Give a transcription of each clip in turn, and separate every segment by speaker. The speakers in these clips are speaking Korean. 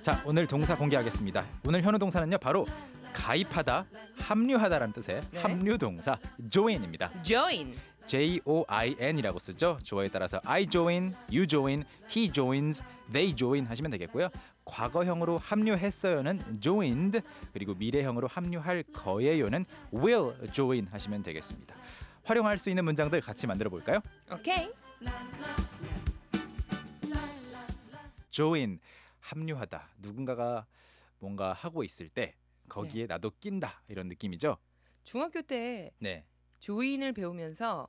Speaker 1: 자 오늘 동사 공개하겠습니다. 오늘 현우 동사는요 바로 가입하다, 합류하다라는 뜻의
Speaker 2: 네.
Speaker 1: 합류 동사 join입니다.
Speaker 2: join.
Speaker 1: J O I N이라고 쓰죠. 조어에 따라서 I join, you join, he joins, they join 하시면 되겠고요. 과거형으로 합류했어요는 joined 그리고 미래형으로 합류할 거예요는 will join 하시면 되겠습니다. 활용할 수 있는 문장들 같이 만들어 볼까요?
Speaker 2: 오케이.
Speaker 1: join 합류하다 누군가가 뭔가 하고 있을
Speaker 2: 네.
Speaker 1: 때 거기에 나도 낀다 이런 느낌이죠.
Speaker 2: 중학교 때
Speaker 1: 네.
Speaker 2: 조인을 배우면서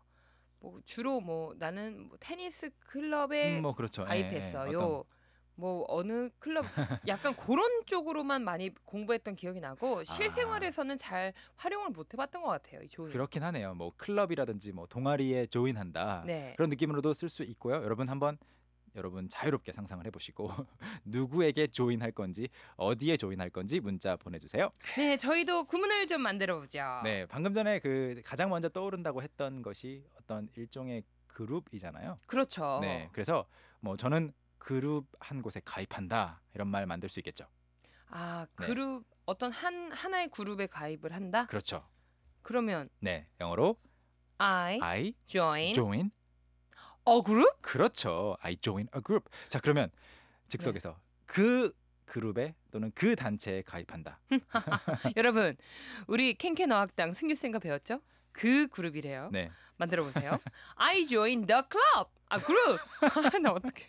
Speaker 2: 뭐 주로 뭐 나는 뭐 테니스 클럽에
Speaker 1: 음, 뭐 그렇죠. 예, 예.
Speaker 2: 가입했어요.
Speaker 1: 어떤-
Speaker 2: 뭐 어느 클럽 약간 그런 쪽으로만 많이 공부했던 기억이 나고
Speaker 1: 아.
Speaker 2: 실생활에서는 잘 활용을 못 해봤던 것 같아요. 이 조인.
Speaker 1: 그렇긴 하네요. 뭐 클럽이라든지 뭐 동아리에 조인한다.
Speaker 2: 네.
Speaker 1: 그런 느낌으로도 쓸 수 있고요. 여러분 한번 여러분 자유롭게 상상을 해보시고 누구에게 조인할 건지 어디에 조인할 건지 문자 보내주세요.
Speaker 2: 네, 저희도 구문을 좀 만들어 보죠.
Speaker 1: 네, 방금 전에 그 가장 먼저 떠오른다고 했던 것이 어떤 일종의 그룹이잖아요.
Speaker 2: 그렇죠.
Speaker 1: 네, 그래서 뭐 저는 그룹 한 곳에 가입한다 이런 말 만들 수 있겠죠.
Speaker 2: 아
Speaker 1: 네.
Speaker 2: 그룹 어떤 한 하나의 그룹에 가입을 한다.
Speaker 1: 그렇죠.
Speaker 2: 그러면
Speaker 1: 네, 영어로
Speaker 2: I
Speaker 1: I
Speaker 2: 네. join
Speaker 1: join.
Speaker 2: a group.
Speaker 1: 그렇죠. I join a group. 자, 그러면 즉석에서
Speaker 2: 네.
Speaker 1: 그 그룹에 또는 그 단체에 가입한다.
Speaker 2: 여러분, 우리 캔캔 어학당 승규 쌤과 배웠죠? 그 그룹이래요.
Speaker 1: 네.
Speaker 2: 만들어 보세요. I join the club. 아 그룹. 아, 나 어떡해.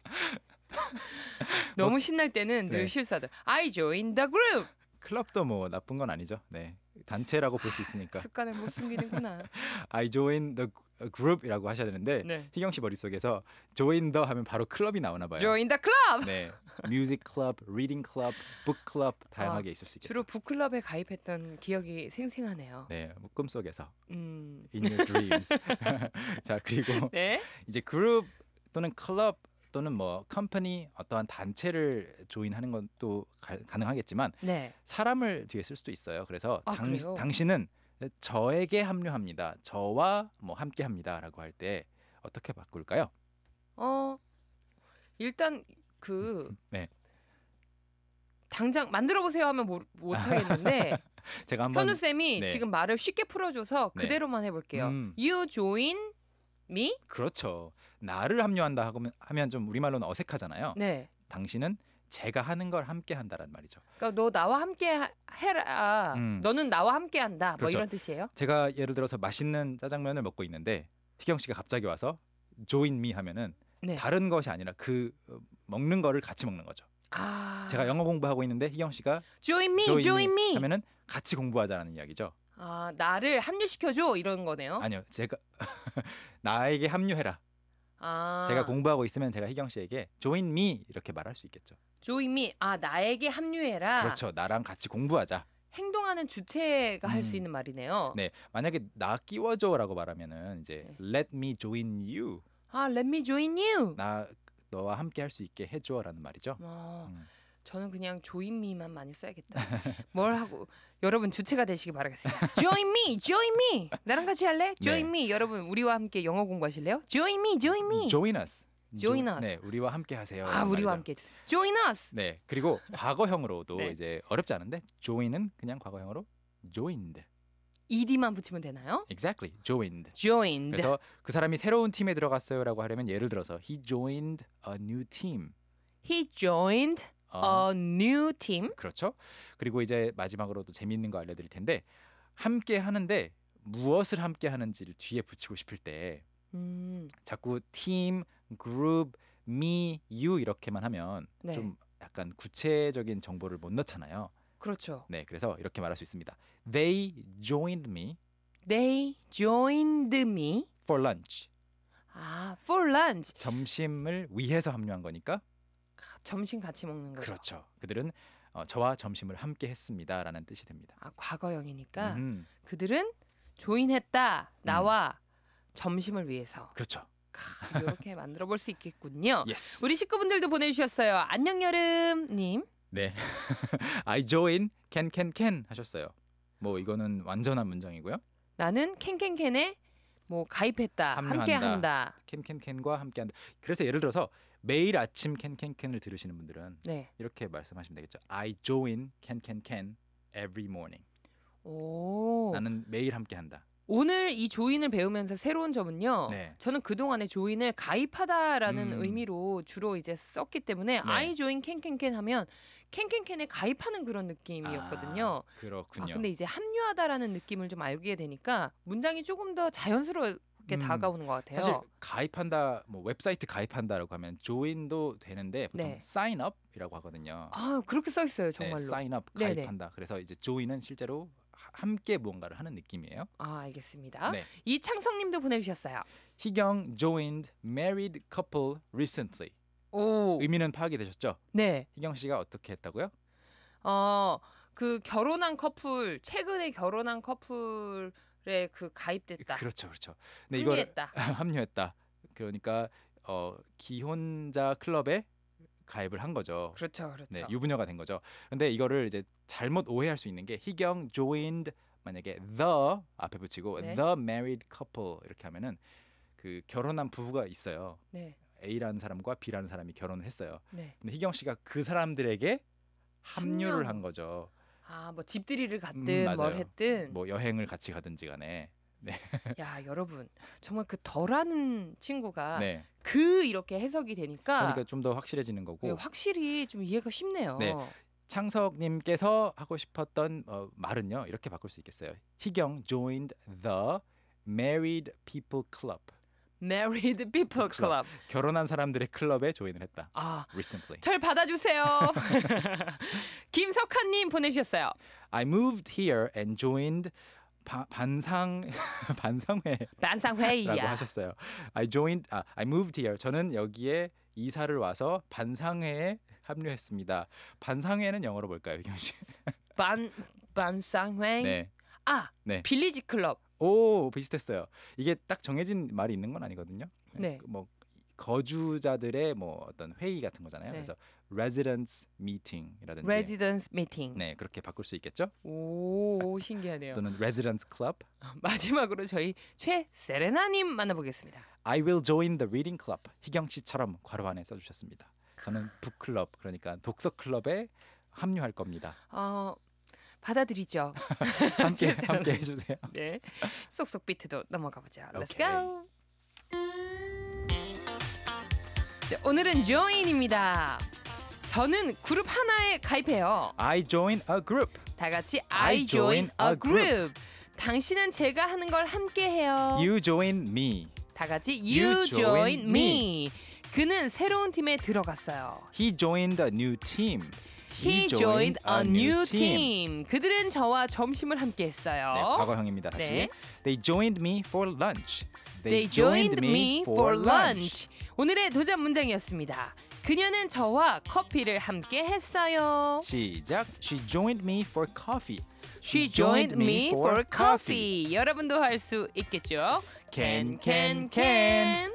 Speaker 2: 너무 신날 때는 늘
Speaker 1: 네.
Speaker 2: 실수하다. I join the group.
Speaker 1: 클럽도 뭐 나쁜 건 아니죠. 네. 단체라고 볼 수 있으니까
Speaker 2: 습관을 못 숨기는구나.
Speaker 1: I join the group이라고 하셔야 되는데
Speaker 2: 네.
Speaker 1: 희경 씨 머릿속에서 join the 하면 바로 클럽이 나오나 봐요.
Speaker 2: Join the club.
Speaker 1: 네. 뮤직 클럽, 리딩 클럽, 북 클럽 다양하게 있을 수 있겠죠.
Speaker 2: 아, 주로 북클럽에 가입했던 기억이 생생하네요.
Speaker 1: 네. 꿈속에서
Speaker 2: 음.
Speaker 1: in your dreams. 자, 그리고
Speaker 2: 네.
Speaker 1: 이제 그룹 또는 클럽 또는 뭐 컴퍼니 어떠한 단체를 조인하는 것도 가, 능하겠지만
Speaker 2: 네.
Speaker 1: 사람을 뒤에 쓸 수도 있어요. 그래서
Speaker 2: 아,
Speaker 1: 당,
Speaker 2: 그래요?
Speaker 1: 당신은 저에게 합류합니다. 저와 뭐 함께합니다라고 할 때 어떻게 바꿀까요?
Speaker 2: 어 일단 그
Speaker 1: 네.
Speaker 2: 당장 만들어 보세요 하면 못, 못 하겠는데
Speaker 1: 제가 한번
Speaker 2: 현우 쌤이
Speaker 1: 네.
Speaker 2: 지금 말을 쉽게 풀어줘서
Speaker 1: 네.
Speaker 2: 그대로만 해볼게요.
Speaker 1: 음.
Speaker 2: You join me.
Speaker 1: 그렇죠. 나를 합류한다 하면, 하면 좀 우리말로는 어색하잖아요.
Speaker 2: 네.
Speaker 1: 당신은 제가 하는 걸 함께한다라는 말이죠.
Speaker 2: 그러니까 너 나와 함께 하- 해라.
Speaker 1: 음.
Speaker 2: 너는 나와 함께한다. 뭐
Speaker 1: 그렇죠.
Speaker 2: 이런 뜻이에요.
Speaker 1: 제가 예를 들어서 맛있는 짜장면을 먹고 있는데 희경 씨가 갑자기 와서 join me 하면은
Speaker 2: 네.
Speaker 1: 다른 것이 아니라 그 어, 먹는 거를 같이 먹는 거죠.
Speaker 2: 아.
Speaker 1: 제가 영어 공부하고 있는데 희경 씨가
Speaker 2: join me,
Speaker 1: join,
Speaker 2: join me.
Speaker 1: 하면은 같이 공부하자라는 이야기죠.
Speaker 2: 아 나를 합류시켜줘 이런 거네요.
Speaker 1: 아니요, 제가 나에게 합류해라.
Speaker 2: 아.
Speaker 1: 제가 공부하고 있으면 제가 희경 씨에게 join me 이렇게 말할 수 있겠죠.
Speaker 2: join me. 아 나에게 합류해라.
Speaker 1: 그렇죠. 나랑 같이 공부하자.
Speaker 2: 행동하는 주체가 할 수
Speaker 1: 음.
Speaker 2: 있는 말이네요.
Speaker 1: 네, 만약에 나 끼워줘라고 말하면은 이제
Speaker 2: 어. 네.
Speaker 1: let me join you.
Speaker 2: 아, let me join you.
Speaker 1: 나 너와 함께 할 수 있게 해줘라는 말이죠.
Speaker 2: 어,
Speaker 1: 음.
Speaker 2: 저는 그냥 조인미만 많이 써야겠다. 뭘 하고 여러분 주체가 되시기 바라겠습니다. 조인미, 조인미, 나랑 같이
Speaker 1: 네.
Speaker 2: 할래? 조인미, 여러분 우리와 함께 영어 공부하실래요? 조인미, 조인미.
Speaker 1: 음, join us.
Speaker 2: join
Speaker 1: 조-
Speaker 2: us.
Speaker 1: 네, 우리와 함께 하세요.
Speaker 2: 아, 우리와 함께 해주세요. Join us.
Speaker 1: 네, 그리고 과거형으로도
Speaker 2: 네.
Speaker 1: 이제 어렵지 않은데 join은 그냥 과거형으로 joined.
Speaker 2: ed만 붙이면 되나요?
Speaker 1: Exactly, joined.
Speaker 2: Joined.
Speaker 1: 그래서 그 사람이 새로운 팀에 들어갔어요라고 하려면 예를 들어서 he joined a new team.
Speaker 2: He joined
Speaker 1: 어,
Speaker 2: a new team.
Speaker 1: 그렇죠. 그리고 이제 마지막으로도 재미있는 거 알려드릴 텐데 함께 하는데 무엇을 함께 하는지를 뒤에 붙이고 싶을 때
Speaker 2: 음,
Speaker 1: 자꾸 팀, 그룹, me, you 이렇게만 하면
Speaker 2: 네,
Speaker 1: 좀 약간 구체적인 정보를 못 넣잖아요.
Speaker 2: 그렇죠.
Speaker 1: 네, 그래서 이렇게 말할 수 있습니다. They joined me
Speaker 2: They joined me.
Speaker 1: for lunch.
Speaker 2: 아, for lunch.
Speaker 1: 점심을 위해서 합류한 거니까
Speaker 2: 점심 같이 먹는 거죠.
Speaker 1: 그렇죠. 그들은 어, 저와 점심을 함께 했습니다라는 뜻이 됩니다.
Speaker 2: 아, 과거형이니까
Speaker 1: 음,
Speaker 2: 그들은 조인했다 나와 점심을 위해서
Speaker 1: 그렇죠.
Speaker 2: 이렇게 만들어 볼 수 있겠군요.
Speaker 1: Yes.
Speaker 2: 우리 식구분들도 보내주셨어요. 안녕 여름님.
Speaker 1: 네. I join can can can 하셨어요. 뭐 이거는 완전한 문장이고요.
Speaker 2: 나는 캔캔캔에 뭐 가입했다,
Speaker 1: 합류한다.
Speaker 2: 함께한다.
Speaker 1: can can can과 함께한다. 그래서 예를 들어서 매일 아침 캔캔캔을 들으시는 분들은
Speaker 2: 네.
Speaker 1: 이렇게 말씀하시면 되겠죠. I join 캔캔캔 every morning.
Speaker 2: 오.
Speaker 1: 나는 매일 함께한다.
Speaker 2: 오늘 이 조인을 배우면서 새로운 점은요.
Speaker 1: 네.
Speaker 2: 저는 그동안에 조인을 가입하다라는
Speaker 1: 음. 네.
Speaker 2: 의미로 주로 이제 썼기 때문에 아이 조인 캔캔캔 하면 캔캔캔에 가입하는 그런 느낌이었거든요.
Speaker 1: 아, 그렇군요.
Speaker 2: 아, 근데 이제 합류하다라는 느낌을 좀 알게 되니까 문장이 조금 더 자연스럽게
Speaker 1: 음,
Speaker 2: 다가오는 것 같아요.
Speaker 1: 사실 가입한다, 뭐 웹사이트 가입한다라고 하면 join도 되는데 보통
Speaker 2: 네.
Speaker 1: sign up이라고 하거든요.
Speaker 2: 아 그렇게 써 있어요 정말로.
Speaker 1: 네, sign up
Speaker 2: 네네.
Speaker 1: 가입한다. 그래서 이제 join은 실제로 하- 함께 무언가를 하는 느낌이에요.
Speaker 2: 아 알겠습니다.
Speaker 1: 네.
Speaker 2: 이창성님도 보내주셨어요.
Speaker 1: 희경 joined married couple recently.
Speaker 2: 오.
Speaker 1: 의미는 파악이 되셨죠?
Speaker 2: 네.
Speaker 1: 희경 씨가 어떻게 했다고요?
Speaker 2: 어그 결혼한 커플 최근에 결혼한 커플에 그 가입됐다.
Speaker 1: 그렇죠, 그렇죠. 근데 이걸
Speaker 2: 합류했다.
Speaker 1: 합류했다. 그러니까 어, 기혼자 클럽에 가입을 한 거죠.
Speaker 2: 그렇죠, 그렇죠.
Speaker 1: 네, 유부녀가 된 거죠. 근데 이거를 이제 잘못 오해할 수 있는 게 희경 joined 만약에 the 앞에 붙이고
Speaker 2: 네.
Speaker 1: the married couple 이렇게 하면은 그 결혼한 부부가 있어요.
Speaker 2: 네,
Speaker 1: A라는 사람과 B라는 사람이 결혼을 했어요.
Speaker 2: 네.
Speaker 1: 근데 희경 씨가 그 사람들에게 합류를
Speaker 2: 합류한
Speaker 1: 한 거죠.
Speaker 2: 아, 뭐 집들이를 갔든
Speaker 1: 음, 맞아요.
Speaker 2: 뭘 했든.
Speaker 1: 뭐 여행을 같이 가든지 간에.
Speaker 2: 야, 여러분. 정말 그 덜하는 친구가
Speaker 1: 네.
Speaker 2: 그 이렇게 해석이 되니까
Speaker 1: 그러니까 좀 더 확실해지는 거고.
Speaker 2: 예, 확실히 좀 이해가 쉽네요.
Speaker 1: 네. 창석님께서 하고 싶었던 어, 말은요 이렇게 바꿀 수 있겠어요. 희경 joined the married people club.
Speaker 2: Married People
Speaker 1: 그렇죠.
Speaker 2: Club.
Speaker 1: 결혼한 사람들의 클럽에 조인을 했다.
Speaker 2: 아,
Speaker 1: Recently,
Speaker 2: 절 받아주세요. 김석환님 보내주셨어요.
Speaker 1: I moved here and joined 바, 반상 반상회라고
Speaker 2: 난상 회의야.
Speaker 1: 하셨어요. I joined, 아, I moved here. 저는 여기에 이사를 와서 반상회에 합류했습니다. 반상회는 영어로 뭘까요, 이경 씨?
Speaker 2: 반 반상 회의.
Speaker 1: 네.
Speaker 2: 아,
Speaker 1: 네.
Speaker 2: 빌리지 클럽.
Speaker 1: 오 비슷했어요. 이게 딱 정해진 말이 있는 건 아니거든요.
Speaker 2: 네.
Speaker 1: 그뭐 거주자들의 뭐 어떤 회의 같은 거잖아요.
Speaker 2: 네.
Speaker 1: 그래서 residents meeting이라든지
Speaker 2: Residence Meeting.
Speaker 1: 네 그렇게 바꿀 수 있겠죠.
Speaker 2: 오, 신기하네요.
Speaker 1: 또는 residents club.
Speaker 2: 마지막으로 저희 최 세레나님 만나보겠습니다.
Speaker 1: I will join the reading club. 희경 씨처럼 괄호 안에 써주셨습니다. 저는 북클럽 그러니까 독서 클럽에 합류할 겁니다.
Speaker 2: 어, 받아들이죠.
Speaker 1: 함께 함께 해주세요.
Speaker 2: 네. 쏙쏙 비트도 넘어가 보죠. Let's
Speaker 1: 오케이.
Speaker 2: go. 자, 네, 오늘은 조인입니다. 저는 그룹 하나에 가입해요.
Speaker 1: I join a group.
Speaker 2: 다 같이 I, join a group. 당신은 제가 하는 걸 함께 해요.
Speaker 1: You join me.
Speaker 2: 다 같이
Speaker 1: you
Speaker 2: you,
Speaker 1: join
Speaker 2: join me. 그는 새로운 팀에 들어갔어요.
Speaker 1: He joined a new team.
Speaker 2: He joined a new team. 그들은 저와 점심을 함께 했어요.
Speaker 1: 네, 과거형입니다. 다시.
Speaker 2: 네.
Speaker 1: They joined me for lunch.
Speaker 2: They joined me for lunch. 오늘의 도전 문장이었습니다. 그녀는 저와 커피를 함께 했어요.
Speaker 1: 시작. She joined me for coffee.
Speaker 2: She joined me for coffee. 여러분도 할 수 있겠죠?
Speaker 1: Can, can,
Speaker 2: Can can can.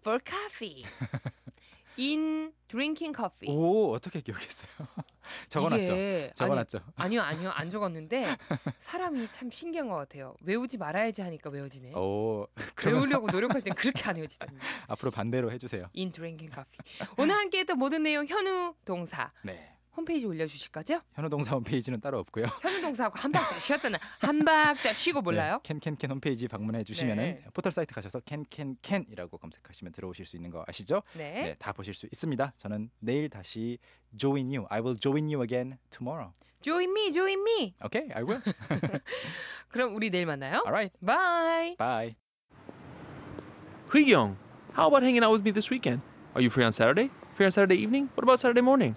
Speaker 2: For coffee. In drinking coffee.
Speaker 1: 오 어떻게 기억했어요? 적어놨죠.
Speaker 2: 이게-
Speaker 1: 적어놨죠.
Speaker 2: 아니, 아니요, 아니요, 안 적었는데 사람이 참 신기한 것 같아요. 외우지 말아야지 하니까 외워지네.
Speaker 1: 오 그러면
Speaker 2: 외우려고 노력할 땐 그렇게 안 외워지더니.
Speaker 1: 앞으로 반대로 해주세요.
Speaker 2: In drinking coffee. 오늘 함께했던 모든 내용 현우 동사
Speaker 1: 네.
Speaker 2: 홈페이지 올려주실 거죠?
Speaker 1: 현우 동사 홈페이지는 따로 없고요.
Speaker 2: 현우 동사하고 한 박자 쉬었잖아. 한 박자 쉬고 몰라요?
Speaker 1: 네, 캔캔캔 홈페이지 방문해 주시면은
Speaker 2: 네.
Speaker 1: 포털 사이트 가셔서 캔캔캔이라고 검색하시면 들어오실 수 있는 거 아시죠?
Speaker 2: 네.
Speaker 1: 네, 다 보실 수 있습니다. 저는 내일 다시 join you. I will join you again tomorrow.
Speaker 2: Join me, join me.
Speaker 1: Okay, I will.
Speaker 2: 그럼 우리 내일 만나요.
Speaker 1: All right.
Speaker 2: Bye.
Speaker 1: Bye.
Speaker 3: Young, how about hanging out with me this weekend? Are you free on Saturday? Free on Saturday evening? What about Saturday morning?